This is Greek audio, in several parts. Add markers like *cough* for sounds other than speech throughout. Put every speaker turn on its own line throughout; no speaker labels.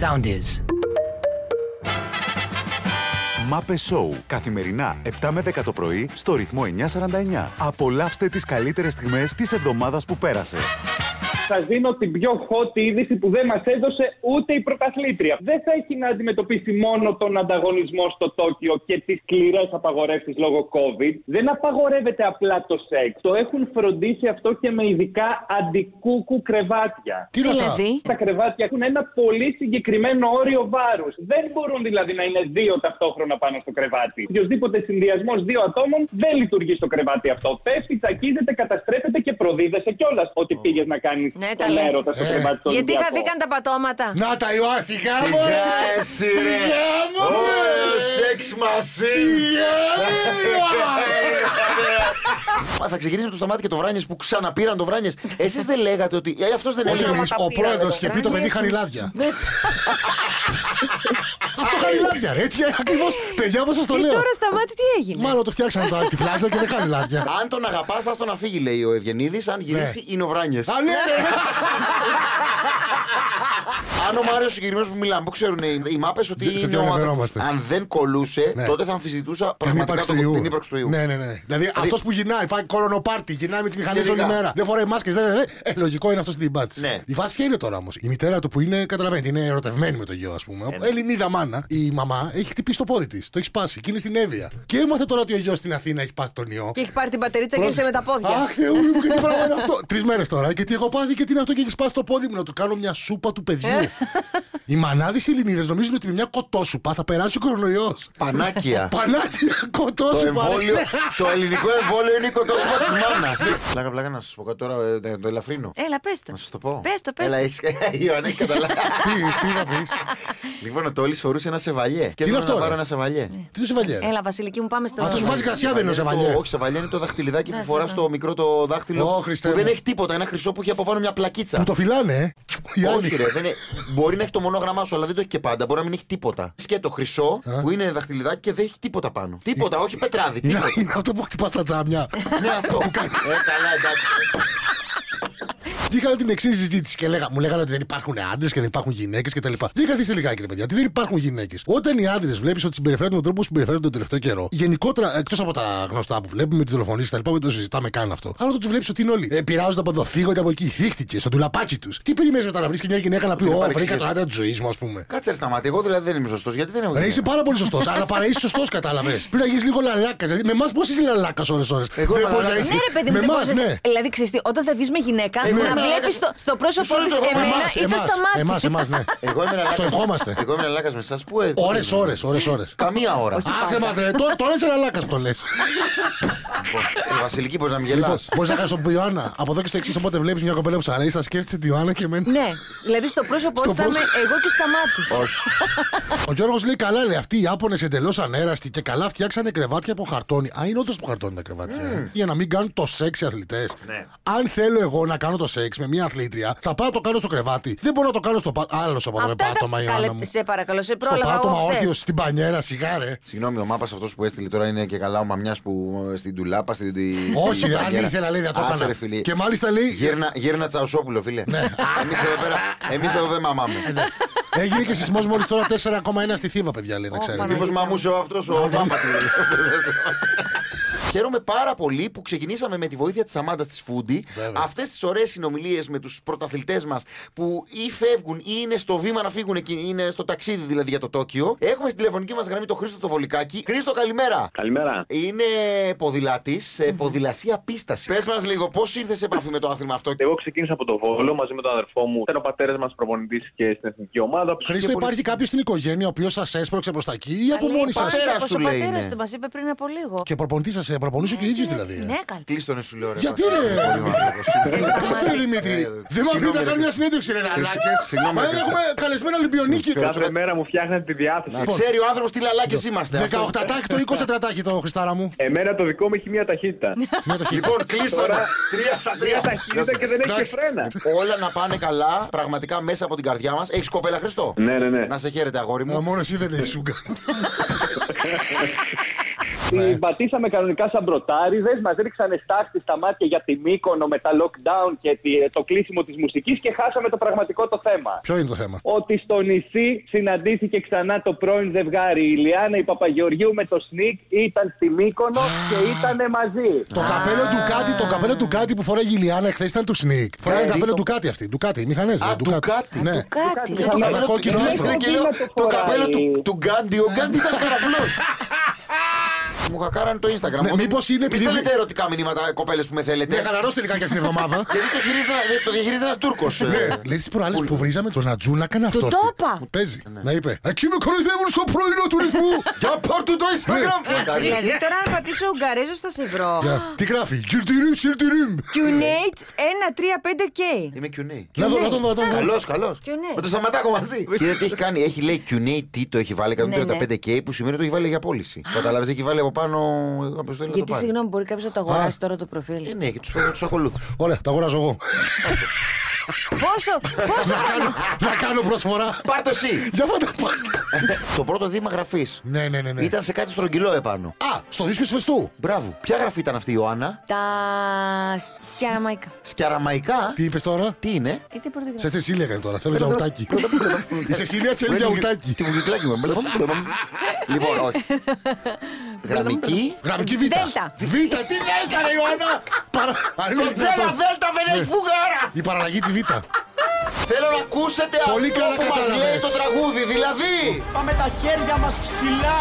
Sound is.
Μάπε Σόου. Καθημερινά 7 με 10 το πρωί στο ρυθμό 949. Απολαύστε τις καλύτερες στιγμές της εβδομάδας που πέρασε.
Σα δίνω την πιο hot είδηση που δεν μας έδωσε ούτε η πρωταθλήτρια. Δεν θα έχει να αντιμετωπίσει μόνο τον ανταγωνισμό στο Τόκιο και τις σκληρές απαγορεύσεις λόγω COVID. Δεν απαγορεύεται απλά το σεξ. Το έχουν φροντίσει αυτό και με ειδικά αντικούκου κρεβάτια.
Τι ρωτάς.
Δηλαδή,
Τα κρεβάτια έχουν ένα πολύ συγκεκριμένο όριο βάρους. Δεν μπορούν δηλαδή να είναι δύο ταυτόχρονα πάνω στο κρεβάτι. Οποιοδήποτε συνδυασμός δύο ατόμων δεν λειτουργεί στο κρεβάτι αυτό. Πέφτει, τσακίζεται, καταστρέφεται και προδίδεσαι κιόλας ότι πήγες να κάνεις
Ναι,
τον
καλέ.
έρωτα στο
Ε.
κρεβάτι του
γιατί
Ολυμπιακού.
χαθήκαν τα πατώματα.
Να τα Ιωά, σιγά μου! ρε.
εσύ, ρε.
Σιγά μου!
Ω,
ρε.
σεξ μαζί.
Σιγά
*laughs*
μου, Ιωά.
Θα ξεκινήσουμε το σταμάτη και το βράνιες που ξαναπήραν το *laughs* βράνιες. Εσείς δεν λέγατε ότι. Αυτός δεν
Ο
έλεγε.
Γιάννης,
τα
ο
πήρα
πρόεδρο
εδώ,
και πει το παιδί
Φράγκη.
χαριλάδια. Αυτό χαριλάδια, ρε. Έτσι ακριβώς. Παιδιά, όπως σας το
Και
λέω.
τώρα στα μάτια τι έγινε.
Μάλλον το φτιάξανε το- τη φλάτσα και δεν χαριλάδια.
Αν τον αγαπάς, ας τον αφήγει, λέει ο Ευγενίδης. Αν γυρίσει, είναι ο βράνιες.
Α, ναι, ρε.
Αν ο Μάριος συγκεκριμένος που μιλάμε, που ξέρουν οι, οι μάπες
Σε
ότι.
ποιον
είναι ο άνθρωπος.
αναφερόμαστε.
Αν δεν κολούσε,
Ναι.
τότε θα αμφισβητούσα
Την
πραγματικά
ύπαρξη
το-
του ιού.
την ύπαρξη του ιού.
Ναι, ναι, ναι. Δηλαδή αυτός που γυρνάει, πάει κορονοπάρτι, γυρνάει με τη μηχανή
Τελικά.
όλη μέρα. Δεν φοράει μάσκες, δεν. δεν- δεν. Ε, λογικό είναι αυτό στην πάτηση.
Ναι.
Η φάση ποια είναι τώρα όμως. Η μητέρα του που είναι, καταλαβαίνετε, είναι ερωτευμένη με το γιο, ας πούμε.
Ε, ναι.
Ελληνίδα μάνα, η μαμά έχει χτυπήσει το πόδι της. Το έχει σπάσει και είναι στην έδεια. Και έμαθε τώρα ότι ο γιος στην Αθήνα έχει πάθει τον ιό.
Και έχει πάρει την πατερίτσα και
Πρόσεξε.
ήρθε με τα πόδια.
Αχ, Θεού μου, και τι πράγμα είναι αυτό. Τρεις μέρες τώρα. Και τι έχω πάθει και τι είναι αυτό και έχεις σπάσει το πόδι μου. Να του κάνω μια σούπα του
*laughs*
παιδιού. Οι μανάδες Ελληνίδες νομίζουν ότι με μια κοτόσουπα θα περάσει ο κορονοϊός.
*laughs* Πανάκια.
Πανάκια,
Το,
κοτόσουπα. ρε.
εμβόλιο, το ελληνικό εμβόλιο είναι η κοντόσπα της μάνας. Ναι. Πλάκα, πλάκα να σας πω κάτι τώρα, ε, το- το ελαφρύνω.
Έλα, πες το.
Να σας το πω.
Πες το, πες
Έλα,
το.
έχεις... *laughs* Η Ιωάννα έχεις καταλάβει.
Τι, τι να πεις.
λοιπόν, ο Τόλης φορούσε ένα σεβαλιέ.
είναι
Και θέλω
αυτό,
να
ρε?
πάρω ένα σεβαλιέ.
Τι του σεβαλιέ.
Έλα, Βασιλική μου, πάμε στο.
Αυτό σου βάζει κρασιά δεν είναι ο
Το-
σεβαλιέ.
Ναι, Όχι, σεβαλιέ είναι το δαχτυλιδάκι που
Ναι,
φορά
σεβα-
στο μικρό το
Ω,
δάχτυλο.
Χριστέ
Που δεν
μου.
έχει τίποτα. Ένα χρυσό που έχει από πάνω μια πλακίτσα.
Που το φυλάνε, ε. Οι άλλοι.
Όχι, ρε, δεν είναι- μπορεί να έχει το μονόγραμμά σου, αλλά δεν το έχει και πάντα. Μπορεί να μην έχει τίποτα. Σκέτο χρυσό που είναι δαχτυλιδάκι και δεν έχει τίποτα πάνω. Τίποτα, όχι πετράδι.
Είναι,
τίποτα.
είναι αυτό που χτυπά τα τζάμια.
Ναι, αυτό. Ε, καλά, εντάξει.
Είχα την εξή συζήτηση και λέγα, μου λέγανε ότι δεν υπάρχουν άντρες και δεν υπάρχουν γυναίκες κτλ. Δεν καθίστε λιγάκι, ρε παιδιά, ότι δεν υπάρχουν γυναίκες. Όταν οι άντρες βλέπεις ότι συμπεριφέρονται με τον τρόπο που συμπεριφέρονται τον τελευταίο καιρό, γενικότερα εκτός από τα γνωστά που βλέπουμε, τις δολοφονίες κτλ. Δεν το συζητάμε καν αυτό. Αλλά όταν τους βλέπεις ότι είναι όλοι ε, πειράζονται από εδώ, θίγονται από εκεί, θύχτηκε, στο τουλαπάκι τους. Τι περιμένεις μετά να βρεις και μια γυναίκα να πει,
είναι
Ω, βρήκα
παρεξηγές».
τον άντρα της ζωής μου, ας πούμε.
Κάτσε ρε σταμάτη, εγώ δηλαδή δεν είμαι σωστός. Γιατί δεν έχω.
Ρε,
γυναίκα.
είσαι πάρα πολύ σωστός, αλλά παρά είσαι σωστός, κατάλαβες. Πρέπει να γίνεις λίγο λαλάκας. Δηλαδή, με εμάς πώς είσαι λαλάκας ώρε-ώρε.
Εγώ είμαι λαλάκας.
Ναι, ρε παιδί μου,
με
δεν
εμάς,
μπορείς να-
ναι. Ε,
Δηλαδή, ξέρεις τι, όταν θα βγεις με γυναίκα,
Εγώ
να
είμαι
βλέπει
λαλάκας.
στο, στο πρόσωπό
Μισό
τη
λεπτό, εγώ είμαι
εμένα
Εμάς,
ή το
εμάς,
στα μάτια.
εμάς, εμάς, ναι.
Εγώ είμαι λαλάκας.
Στο ευχόμαστε.
Εγώ είμαι λαλάκα με εσάς. Πού έτσι.
Ωρες, ώρες, ώρες, ώρες.
Καμία ώρα.
Άσε μας ρε, τώρα, τώρα είσαι λαλάκας που το λες.
Ε, Βασιλική, μπορείς να μην
λοιπόν,
γελάς.
μπορείς να κάνεις τον Ιωάννα. Από εδώ και στο εξής, όποτε βλέπεις μια κοπέλα που σ' αρέσει, θα σκέφτεσαι την Ιωάννα και εμένα.
Ναι, δηλαδή στο πρόσωπό
Στο
τη θα είμαι
πρόσωπο.
εγώ και στα μάτια.
Ο Γιώργος λέει καλά, λέει αυτοί οι Ιάπωνες εντελώς ανέραστοι και καλά φτιάξανε κρεβάτια από χαρτόνι. Α, είναι όντως από χαρτόνι τα κρεβάτια.
Mm.
ε. Για να μην κάνουν το σεξ οι αθλητές.
Ναι.
Αν θέλω εγώ να κάνω το σεξ με μια αθλήτρια, θα πάω να το κάνω στο κρεβάτι. Δεν μπορώ να το κάνω στο πάτωμα. Άλλο από εδώ με πάτωμα, Ιωάννα μου.
σε παρακαλώ, σε
Στο
πρόλαβα.
πάτωμα,
εγώ χθες.
όχι, στην πανιέρα,
*laughs*
σιγάρε.
Συγγνώμη, ο μάπας αυτός που έστειλε τώρα είναι και καλά ο μαμιάς που ε, στην τουλάπα, στην. στην-
Όχι,
στην
ρε, αν
παγέρα.
ήθελα, λέει, θα το
Άσε,
έκανα.
ρε, φίλε.
Και μάλιστα λέει,
Γέρνα, γέρνα Τσαουσόπουλο, φίλε. Ναι. Εμείς εδώ πέρα, εμείς εδώ δεν
Ε, ναι.
μαμάμε.
Έγινε και σεισμός μόλις τώρα 4,1 στη Θήβα, παιδιά, λέει να
Ω,
ξέρετε.
Παναγία.
Μήπω μαμούσε ο αυτός
Ναι,
ο Μάμπα. Χαίρομαι πάρα πολύ που ξεκινήσαμε με τη βοήθεια της Αμάντας της Φούντι
Βέβαια.
αυτές τις ωραίες συνομιλίες με τους πρωταθλητές μας που ή φεύγουν ή είναι στο βήμα να φύγουν εκεί, είναι στο ταξίδι δηλαδή για το Τόκιο. Έχουμε στην τηλεφωνική μας γραμμή τον Χρήστο το Βολικάκη. Χρήστο, καλημέρα.
Καλημέρα.
Είναι ποδηλάτης σε ποδηλασία πίστα. Πες μας λίγο, πώς ήρθες σε επαφή με το άθλημα αυτό.
Εγώ ξεκίνησα από το Βόλο μαζί με τον αδερφό μου. Ήταν ο πατέρας μας προπονητής και στην εθνική ομάδα.
Χρήστο, υπάρχει κάποιος στην οικογένεια ο οποίος σας έσπρωξε προς τα εκεί ή από
Καλή,
μόνοι
όπως
σα.
πατέρας.
όπως
του
ο
λέει,
πατέρας
ναι.
του μας είπε πριν από λίγο.
Και προπονητής σας, προπονούσε και ο ίδιο δηλαδή. ε.
Ναι, καλά.
Κλείστονε σου λέω ρε.
Γιατί,
Βασίλη,
ρε,
πολύ άνθρωπος.
Κάτσε ρε
Ε,
Δημήτρη, δεν μου αφήνει
συγγνώμη,
να
ρε,
κάνω μια συνέντευξη ρε Ναλάκες.
Συγγνώμη,
Μα
ρε,
δεν
Χρήστο.
έχουμε Λοιπόν. καλεσμένο Ολυμπιονίκη.
Κάθε μέρα μου φτιάχνετε τη διάθεση.
Να ξέρει ο άνθρωπος τι λαλάκες
Λοιπόν,
είμαστε. Αυτό.
18 τάκι το 20 τετράτάκι το Χριστάρα μου.
Εμένα το δικό μου έχει μία ταχύτητα.
Μια
*laughs*
ταχύτητα.
Λοιπόν, κλείστο
Τώρα,
να. Τρία στα τρία.
μία ταχύτητα και δεν έχει και
Εντάξει.
φρένα.
Όλα να πάνε καλά, πραγματικά μέσα από την καρδιά μας. Έχεις κοπέλα Χριστό.
Ναι, ναι, ναι.
Ε,
Ε,
Να σε χαίρετε, αγόρι
Α,
μου.
Μόνο εσύ δεν είναι η σούγκα.
Την πατήσαμε κανονικά σαν μπροτάριδες. Μας ρίξανε στάχτη στα μάτια για τη Μύκονο με τα lockdown και τη- το κλείσιμο της μουσικής και χάσαμε το πραγματικό το θέμα.
Ποιο είναι το θέμα.
Ότι στο νησί συναντήθηκε ξανά το πρώην ζευγάρι. Η Λιάνα, η Παπαγεωργίου με το Σνικ ήταν στη Μύκονο και ήταν μαζί.
Το καπέλο του κάτι, το καπέλο του κάτι που φοράει η Λιάννα εχθές ήταν του Σνικ. Φοράει
Ναι,
καπέλο
το-
του κάτι αυτή. Του κάτι, οι μηχανές.
Α, του κάτι.
Ναι.
Κάτι.
Κάτι είχαμε-
Ένα κόκκινο
Ναι,
άστρο.
ναι,
Και λέω,
ναι, το
το
φοράει.
καπέλο του, του Γκάντι, ο Γκάντι ήταν
*laughs*
καραβλός. Μου χακάρανε το Instagram.
Ναι,
Ότι
μήπως είναι
μη
επειδή-
στέλνετε ερωτικά μηνύματα, κοπέλες που με θέλετε.
Ναι, χαλαρό τελικά και αυτήν την
*laughs*
εβδομάδα.
Γιατί το χειρίζεται- το διαχειρίζεται ε. ένας Τούρκος.
Λέει τις προάλλες που βρίζαμε τον Ατζού να έκανε αυτό.
το είπα.
Παίζει. Να είπε. Εκεί με κοροϊδεύουν στο πρωινό του ρυθμού. Ναι.
Ναι, *laughs* Για πάρ' του το Instagram.
Δηλαδή τώρα αν πατήσω Ουγγαρέζο θα σε βρω.
Για- Τι γράφει. Κιρτιρίμ, σιρτιρίμ.
Cunate 135K.
Είμαι Q&A.
Να δω, να τον δω, να τον δω.
Καλός, καλός.
Q&A.
Με το σταματάκο μαζί. Ναι. Κύριε, τι έχει κάνει, έχει λέει Q&A, τι το έχει βάλει,
Ναι,
135K, που σημαίνει ότι το έχει βάλει για πώληση. Κατάλαβε, έχει βάλει από πάνω. Από στο
Γιατί συγγνώμη, μπορεί κάποιος να το αγοράσει τώρα το προφίλ.
Ε, ναι, και τους ακολούθους.
Ωραία, τα αγοράζω εγώ.
Πόσο, πόσο χρόνο.
Να κάνω προσφορά.
Πάρτο
*laughs*
εσύ.
Για πάντα.
Το πρώτο βήμα γραφής.
Ναι, ναι, ναι. ναι.
Ήταν σε κάτι στρογγυλό επάνω.
Α, στο δίσκο της Φεστού.
Μπράβο. Ποια γραφή ήταν αυτή η Ιωάννα,
Τα σκιαραμαϊκά.
σκιαραμαϊκά.
Τι είπες τώρα.
Τι
*laughs*
είναι.
Ε, τι πρώτη γραμμή.
Σε Σεσίλια έκανε τώρα. Θέλω γιαουρτάκι. Η Σεσίλια θέλει γιαουρτάκι.
Τη βουγκλάκι μου. Λοιπόν, όχι. Γραμμική.
Γραμμική Β.
Δέλτα.
Β, τι έκανε η Ιωάννα. Παρα... αν είναι
Κοτσέλα
δυνατόν.
Δέλτα δεν έχει
Ναι.
φουγάρα!
Η παραλλαγή της Β.
Θέλω να ακούσετε
Πολύ
αυτό
καλά
που μας
κατάλαβες.
λέει το τραγούδι, δηλαδή
Πάμε τα χέρια μας ψηλά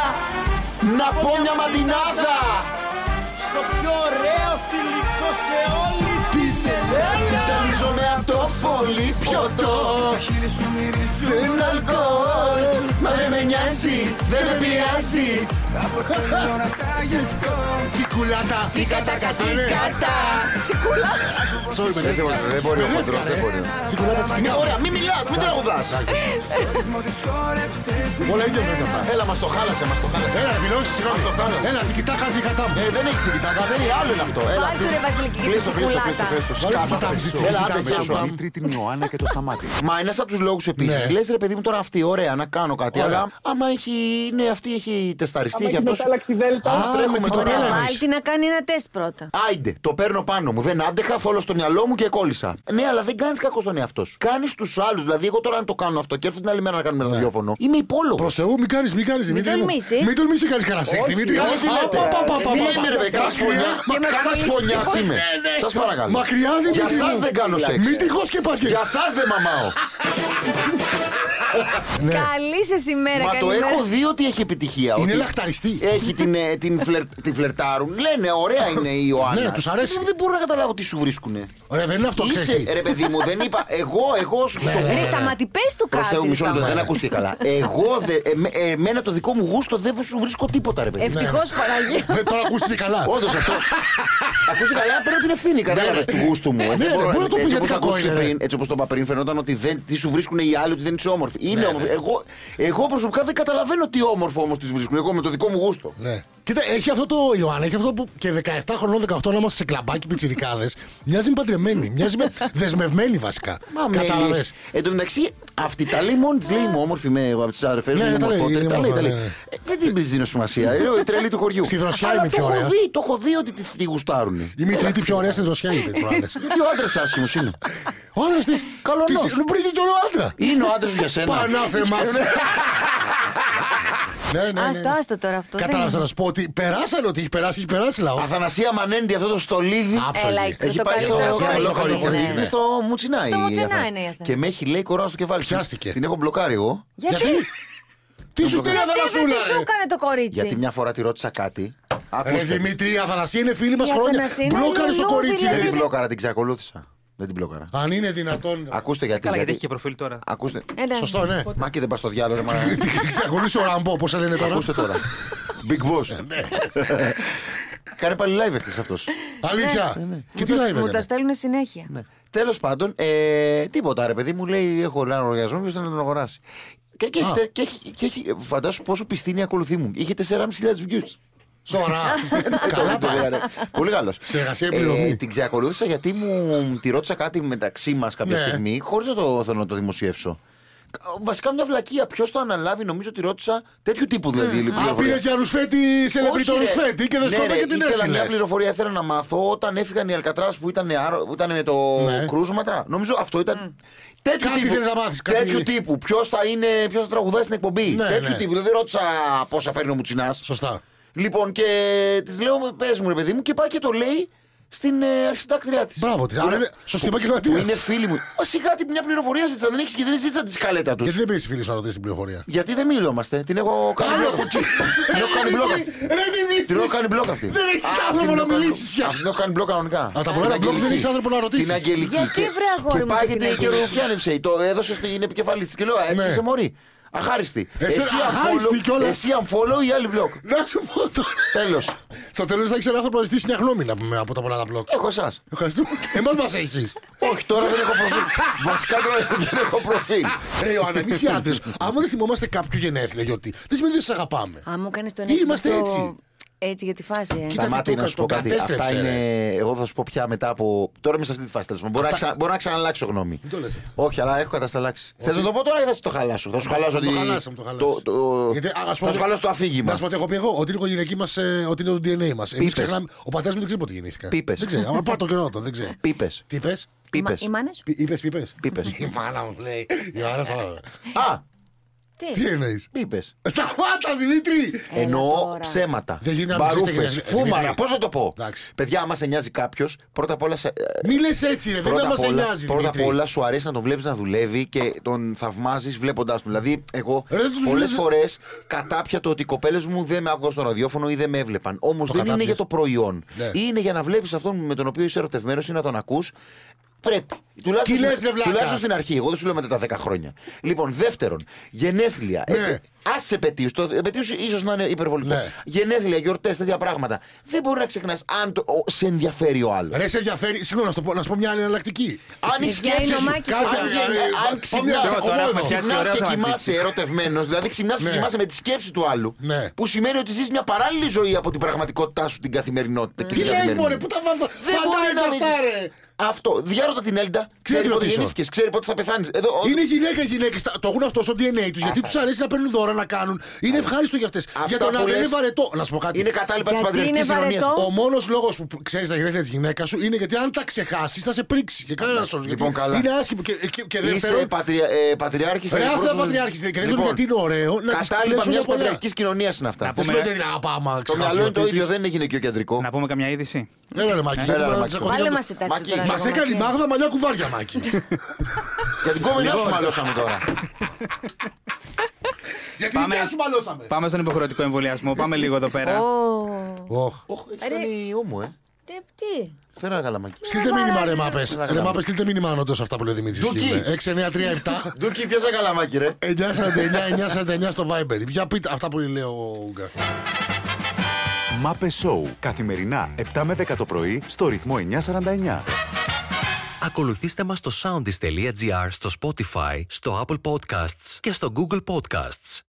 να πω
μια
μια ματινάδα!
στο πιο ωραίο φιλικό σε όλη
Τι
την Ελλάδα.
Εξανίζομαι από το πολύ πιωτό
Τα χείλη σου μυρίζουν
Δεν αλκοόλ, μα δεν με νοιάζει, δεν με πειράζει
από θέλω να τα γευτώ.
Τσικουλάτα. Τι κατά
Ναι.
Sorry, παιδιά.
Δεν μπορεί ο χοντρός, δεν μπορεί
Τσικουλάτα τσικινά.
Ωραία, μην μιλάς, μην τραγουδάς
Ρυθμό της χόρεψης.
Όλα ίδια είναι αυτά. Ε,
Έλα, μας το χάλασε, μας το χάλασε
Έλα, φιλόξι, συγγνώμη.
Αυτό κάνω.
Έλα, τσικιτά, χάζει η κατά μου.
Ε, δεν έχει τσιγκιτάκα, δεν είναι άλλο είναι αυτό Έλα,
Βάλ' του, ρε, Βασιλική, και τη
κλείστο, κλείστο,
τσιγκουλάτα.
κλείστο, κλείστο.
Βάλε
Σκάτα,
τσιγκιτάκι,
κλείστο.
τσιγκιτάκι,
Έλα, άντε,
τσιγκιτάκι.
γεια σου,
Μπαμ.
Δημήτρη, την Ιωάννα και το σταμάτη.
Μα ένα από τους λόγους επίσης.
Ναι.
Λες ρε παιδί μου τώρα αυτή, ωραία, να κάνω κάτι.
Ωραία.
Αλλά άμα έχει. Ναι, αυτή έχει τεσταριστεί.
Άμα
Έχει
έχει
αυτός...
μετάλλαξη Δέλτα.
Α,
τρέχουμε
με την
τώρα.
κοπέλα
Βάλ'
εννοείς.
τη να κάνει ένα τεστ πρώτα.
Άιντε, το παίρνω πάνω μου. Δεν άντεχα, θόλω στο μυαλό μου και κόλλησα. Ναι, αλλά δεν κάνεις κακό στον εαυτό σου. Κάνεις τους άλλους. Δηλαδή, εγώ τώρα αν το κάνω αυτό και έρθω την άλλη μέρα να κάνουμε ένα ραδιόφωνο. Είμαι υπόλογος.
Προς Θεού, μην κάνεις, μην κάνεις, Δημήτρη μου.
τολμήσεις.
Μην τολμήσεις κάνεις κανένα σεξ,
Όχι,
Δημήτρη.
όχι,
Πα,
λέτε.
πα, πα, πα, πα,
Τι
πα,
είμαι,
πα.
ρε, με κάνεις
Μακριά,
φωνιά.
Και με
Κάνεις
κολλήσεις.
φωνιά
Όχι,
είμαι.
ναι, ναι.
Σας παρακαλώ.
Μακριά, Δημήτρη
Για
μου.
σας δεν κάνω σεξ.
Μην τυχώς και πας και...
Για σας δεν μαμάω.
Καλή σας ημέρα,
Μα το
καλημέρα.
έχω δει ότι έχει επιτυχία.
Είναι
ότι-
λαχταριστή.
Έχει την, ε, την, φλερ, την φλερτάρουν. Λένε, ωραία είναι η Ιωάννα.
Ναι, τους αρέσει.
Δεν, δεν μπορώ να καταλάβω τι σου βρίσκουνε.
Ωραία, δεν είναι αυτό, ξέρεις
Είσαι,
τι.
ρε παιδί μου, δεν είπα. Εγώ, εγώ
Ναι,
σου το
Ρε, σταματή, πες του
Προς
κάτι.
Θεού, Ναι, μισό λεπτό,
σταμάτη.
δεν ακούστηκε καλά. Εγώ, δε, εμέ- εμένα το δικό μου γούστο δεν σου βρίσκω τίποτα, ρε παιδί.
Ευτυχώς παραγγείλω.
Δεν τώρα ακούστηκε καλά.
Όντως
*laughs*
αυτό. Ακούστηκε καλά, πρέπει να είναι φίνη, κατάλαβε του γούστου μου. Έτσι
Ναι,
μπορώ
ρε, μπορεί να το
έτσι
πεις γιατί
όπως
κακό
ακούστηκε
είναι, ρε.
πριν, Έτσι όπως το είπα πριν, φαινόταν ότι δεν, τι σου βρίσκουν οι άλλοι, ότι δεν είσαι όμορφη.
Ναι,
Είναι όμορφη. Εγώ, εγώ προσωπικά δεν καταλαβαίνω τι όμορφο όμως τη βρίσκουν. Εγώ με το δικό μου γούστο.
Ναι. Κοίτα, έχει αυτό το Ιωάννα, έχει αυτό που και 17 χρονών, 18 να είμαστε σε κλαμπάκι πιτσιρικάδες. μοιάζει με παντρεμένη, μοιάζει με δεσμευμένη βασικά.
Μα με
Κατάλαβες.
λες. Εν τω μεταξύ, αυτή τα λέει μόνη της, λέει μου όμορφη με από τις αδερφές μου.
Ναι, ναι, τα λέει,
μορφότερη».
είναι
Τα λέει, τα
όμορφα,
λέει.
ναι, ναι.
Ε, Δεν την δίνω σημασία. Είναι η τρελή του χωριού.
Στη δροσιά
Αλλά
είμαι
το
πιο
έχω
ωραία.
δει, Το έχω δει ότι τη, τη γουστάρουν.
Είμαι η τρίτη πιο ωραία στην Ρωσιά, είπε προάλλε.
Γιατί ο άντρας άσχημος είναι.
Ο άντρας της.
Καλονός.
Πριν τον άντρα.
Είναι ο άντρας για σένα.
Πανάθεμα. ναι, ναι. ναι.
Άστο, άστο τώρα αυτό. δεν
Κατάλαβα
είναι.
να σου πω ότι περάσανε ότι έχει περάσει, έχει περάσει λαό.
Αθανασία Μανέντη, αυτό το στολίδι.
Άψογη.
Έλα, η-
Έχει
το
πάει στο
καλύτερο
στο
Καλό
Καλό
Κορίτσι.
Κορίτσι,
Είναι
ναι.
στο Μουτσινά.
Στο ναι,
η
Μουτσινά
Αθανασία.
είναι η Αθανασία.
Και με έχει λέει κορά στο κεφάλι.
Πιάστηκε.
Την έχω μπλοκάρει εγώ.
Γιατί.
Τι σου στείλε
Γιατί δεν
Αθανασούλα,
τη σου
ρε.
έκανε το
Γιατί
κορίτσι.
μια φορά τη ρώτησα κάτι.
Ρε
Ακούστε.
Δημήτρη, η Αθανασία είναι φίλη μας
Η
χρόνια.
Αθανασία είναι
Μπλόκαρε το
λουλούδι,
κορίτσι,
Δεν
ρε.
την μπλόκαρα, την ξακολούθησα. Δεν την μπλόκαρα.
Αν είναι δυνατόν.
Ακούστε γιατί.
Καλά, γιατί
γιατί-
έχει και προφίλ τώρα.
Ακούστε.
Ε, ναι.
Σωστό, ναι. *laughs*
Μα και δεν πας στο διάλογο, ρε, μα.
Την ξακολούσε ο Ραμπό, πώς λένε τώρα. Ναι.
Ακούστε τώρα. Big boss. Κάνε πάλι live χτες αυτός.
Αλήθεια. Και τι live
Ναι, Μου τα
έκανε.
στέλνουν συνέχεια.
Τέλος πάντων, ε, τίποτα ρε παιδί μου λέει: Έχω ένα λογαριασμό, ποιος θέλει να τον αγοράσει. Και, και,
Α.
έχετε, και, έχει- και έχει- φαντάσου πόσο πιστίνη ακολουθεί μου. Είχε 4.500 views.
Σωρά.
*laughs* Ναι,
Καλά
Καλά το
πάει.
λέγανε. Πολύ καλός.
εργασία επιλογή.
την ξεακολούθησα γιατί μου τη ρώτησα κάτι μεταξύ μας κάποια
Ναι.
στιγμή, χωρίς να το θέλω να το δημοσιεύσω. Βασικά μια βλακεία. Ποιος το αναλάβει, νομίζω ότι ρώτησα τέτοιου τύπου δηλαδή. η
Α,
πληροφορία.
πήρε για ρουσφέτη, σε
Όχι, ρε.
ρουσφέτη και δεν
Ναι,
στο είπε
ρε,
και την
Ήθελα μια
έστειλε.
πληροφορία, θέλω να μάθω. Όταν έφυγαν οι Αλκατράς που ήταν, άρο- που ήταν με το
Ναι.
κρούσματα. Νομίζω αυτό ήταν. Τέτοιου
Κάτι
τύπου.
θέλεις να μάθεις, κάτι-
Τέτοιου τύπου. Ποιος θα, είναι, ποιος θα τραγουδάει στην εκπομπή.
Ναι,
τέτοιου
ναι.
τύπου. Δεν ρώτησα πόσα παίρνει ο Μουτσινάς.
Σωστά.
Λοιπόν, και της λέω, πες μου, ρε παιδί μου, και πάει και το λέει στην ε, αρχιστάκτριά της.
Μπράβο της. Άρα είναι σωστή επαγγελματίας.
Είναι φίλη μου. Μα σιγά τι- μια πληροφορία ζήτησα. Δεν έχεις και δεν ζήτησα τη σκαλέτα τους.
Γιατί δεν πήρες φίλη να ρωτήσεις την πληροφορία.
Γιατί δεν μιλόμαστε. Την έχω κάνει
Άλλο
μπλοκ.
από εκεί.
Την έχω
*laughs*
κάνει μπλοκ αυτή.
Ρε
Την έχω
Δημήτρη.
κάνει μπλοκ αυτή.
Δεν έχεις
Α,
άνθρωπο
αυτήν την
να
έχω κάνει-
μιλήσεις πια.
Αυτήν την έχω κάνει μπλοκ κανονικά.
τα
Την
πρώτα μπλοκ δεν
Αγγελική.
έχεις άνθρωπο να ρωτήσεις.
Την Αγγελική.
Γιατί,
Και-
βρε, αγόρι
Και
μου,
πάει
την
και- και
Αγγελική.
ρουφιάνεψε. Το έδωσε στην επικεφαλής της και λέω
Ναι.
Έτσι είσαι μωρή. Αχάριστη.
Εσύ αχάριστη
unfollow-
κιόλας.
Εσύ unfollow ή άλλη μπλοκ.
Να σου πω τώρα.
Τέλος.
Στο τέλος θα έχει ένα άνθρωπο να ζητήσει μια γνώμη να πούμε από τα πολλά τα μπλοκ.
Έχω εσάς.
Ευχαριστούμε. Εμάς μας έχεις.
Όχι, τώρα δεν έχω προφίλ.
*laughs*
Βασικά τώρα δεν έχω προφίλ.
Ρε Ιωάννα, εμείς οι άντρες, άμα δεν θυμόμαστε κάποιο γενέθλιο, γιατί δεν σημαίνει ότι δεν σας αγαπάμε.
Α, μου κάνεις τον
Ή είμαστε
έκπληκτο-
έτσι.
Έτσι για τη φάση, ε.
Κοίτα,
Σταμάτη
τι το
να σου
κα-
πω
το
κάτι. Αυτά
κατέστρεψε,
είναι. Εγώ θα σου πω πια μετά από. Τώρα είμαι σε αυτή τη φάση. τέλος πάντων. Μπορώ, να
Αυτά-
ξα... μπορώ να ξαναλλάξω γνώμη.
Μην το λες.
Όχι, αλλά έχω κατασταλάξει. Θες να το πω τώρα ή θα σου το χαλάσω. Θα σου χαλάσω
Θα μου
ότι.
το χαλάσεις, θα μου το χαλάσεις.
το-
Γιατί, α, ας
Θα
πούμε,
σου χαλάσω το αφήγημα.
Να σου πω τι έχω πει εγώ, ότι είναι η οικογενειακή μας, ότι είναι το DNA μας. Εμείς
Πίπες.
ξεχνάμε. Ο πατέρας μου δεν ξέρει πότε γεννήθηκα.
Πίπες.
Δεν ξέρει. Άμα πάρω το καιρό του, δεν ξέρει.
Πίπε.
Τι είπε.
Πίπε.
Οι μάνες σου.
Είπε, είπες.
Πίπες.
Η μάνα μου λέει. Η μάνα θα.
Α,
Τι
Τι.
εννοείς.
πίπε.
Σταμάτα, Δημήτρη!
Έλα
Εννοώ
τώρα.
ψέματα.
Δεν γίνεται να μην ξέρεις τα
Μπαρούφε.
γενέθλια.
Φούμαρα.
Δημήτρη.
Πώς θα το πω.
Εντάξει.
Παιδιά, άμα σε νοιάζει κάποιος, πρώτα απ' όλα. σε-
Μη λες έτσι, ρε. Δεν
Πρώτα
μα
απ' όλα-
νοιάζει.
Πρώτα απ'
Δημήτρη.
όλα σου αρέσει να τον βλέπεις να δουλεύει και τον θαυμάζεις βλέποντάς του. Δηλαδή, εγώ
Ρε, δεν τους
πολλές
βλέπεις.
φορές κατάπια το ότι οι κοπέλες μου δεν με άκουγαν στο ραδιόφωνο ή δεν με έβλεπαν. Όμως δεν είναι
κατάπιες.
για το προϊόν.
Ναι.
Είναι για να βλέπεις αυτόν με τον οποίο είσαι ερωτευμένος ή να τον ακούς. Πρέπει. Τουλάχιστον,
Τι λες, ρε βλάκα.
τουλάχιστον στην αρχή. Εγώ δεν σου λέω μετά τα 10 χρόνια. Λοιπόν, δεύτερον, γενέθλια.
Ναι.
Ε, Άσε επαιτίου. Το επαιτίου ίσως να είναι υπερβολικός.
Ναι.
Γενέθλια, γιορτές, τέτοια πράγματα. Δεν μπορεί να ξεχνάς αν το, ο- σε ενδιαφέρει ο άλλος.
Ρε, σε ενδιαφέρει. Συγγνώμη, να σου το πω- να σου πω μια άλλη εναλλακτική.
Αν η
παιδιά
σκέψη
είναι ο
σου
Μάκης.
Κάτσε,
Αν
ε,
γίνει-
ε,
αν
πάω μια
ξυπνά
τσακωμό
τώρα,
εδώ.
παιδιά,
ξυπνάς
ωραίο
και
το
κοιμάσαι
αναζήτηση.
ερωτευμένος, δηλαδή ξυπνάς και
Ναι.
κοιμάσαι με τη σκέψη του άλλου.
Ναι.
Που σημαίνει ότι ζεις μια παράλληλη ζωή από την πραγματικότητά σου την καθημερινότητα. και
Τι
την
λες,
καθημερινή.
Μωρέ, που τα βάζω.
Δεν μπορεί
Φαντάζεσαι
να μην-
αυτά, ρε.
Αυτό. Διάρωτα την Έλντα. Ξέρει
την
πότε
ρωτήσω.
γεννήθηκες, ξέρει πότε θα πεθάνεις.
Είναι γυναίκα γυναίκες. Το έχουν αυτό στο DNA τους. Γιατί τους αρέσει να παίρνουν δώρα να κάνουν. Είναι ευχάριστο για αυτές.
Αυτά
Για τον
που
άντρα
λες
είναι βαρετό. Να σου πω κάτι.
Είναι κατάλοιπα της
Γιατί
παντρευτική
είναι βαρετό.
Ο μόνος λόγος που ξέρεις τα γενέθλια τη γυναίκα σου είναι γιατί αν τα ξεχάσεις θα σε πρίξει. Και κανένα άλλο.
Λοιπόν, καλά.
Είναι άσχημο. Και, και, και
Είσαι
δεύτερον.
πατρια... ε, πατριάρχης.
Ρε, άστα τα πατριάρχης, ρε, και δεν ξέρω γιατί είναι ωραίο να τις
Λοιπόν, Κατάλοιπα
κλέψουν
μια
όλα πολλά.
πατριαρχικής κοινωνίας είναι αυτά.
Να
Δεν
πούμε-
σημαίνει ότι είναι απάμα.
Το μυαλό είναι το ίδιο, δεν είναι γυναικείο κεντρικό.
Να πούμε καμιά είδηση.
Έλα Ναι, ρε Μάκη.
Έλα,
γιατί
ρε,
πρέπει να
Μάκη.
τσακωθεί
Πάλι
για το-
μα ετάξει
Μάκη,
τώρα. λοιπόν,
μας
Μας
λίγο,
έκανε η
Μάκη.
Μάγδα μαλλιά κουβάρια Μάκη.
Για την κόμενά σου μαλώσαμε τώρα.
Γιατί δικιά σου μαλώσαμε.
Πάμε στον υποχρεωτικό εμβολιασμό. Πάμε λίγο εδώ πέρα.
Ω,
Ωχ.
Όχι, έτσι
Ρε.
ήταν η ώμου, ε.
τι- Τι.
Φέρα γαλαμάκι.
Στείλτε μήνυμα, ρε Μάπε.
Έλα,
Ρε
καλά.
Μάπε, στείλτε μήνυμα αν όντω αυτά που λέει ο Δημήτρης.
Ντουκί.
6937
*laughs* Ντούκι, πιάσα καλαμάκι, ρε.
949-949 στο Viber. Για πείτε αυτά που λέει ο Ούγκα.
Μάπε Σόου. Καθημερινά 7 με 10 το πρωί στο ρυθμό 949.
Ακολουθήστε μας στο soundis.gr, στο Spotify, στο Apple Podcasts και στο Google Podcasts.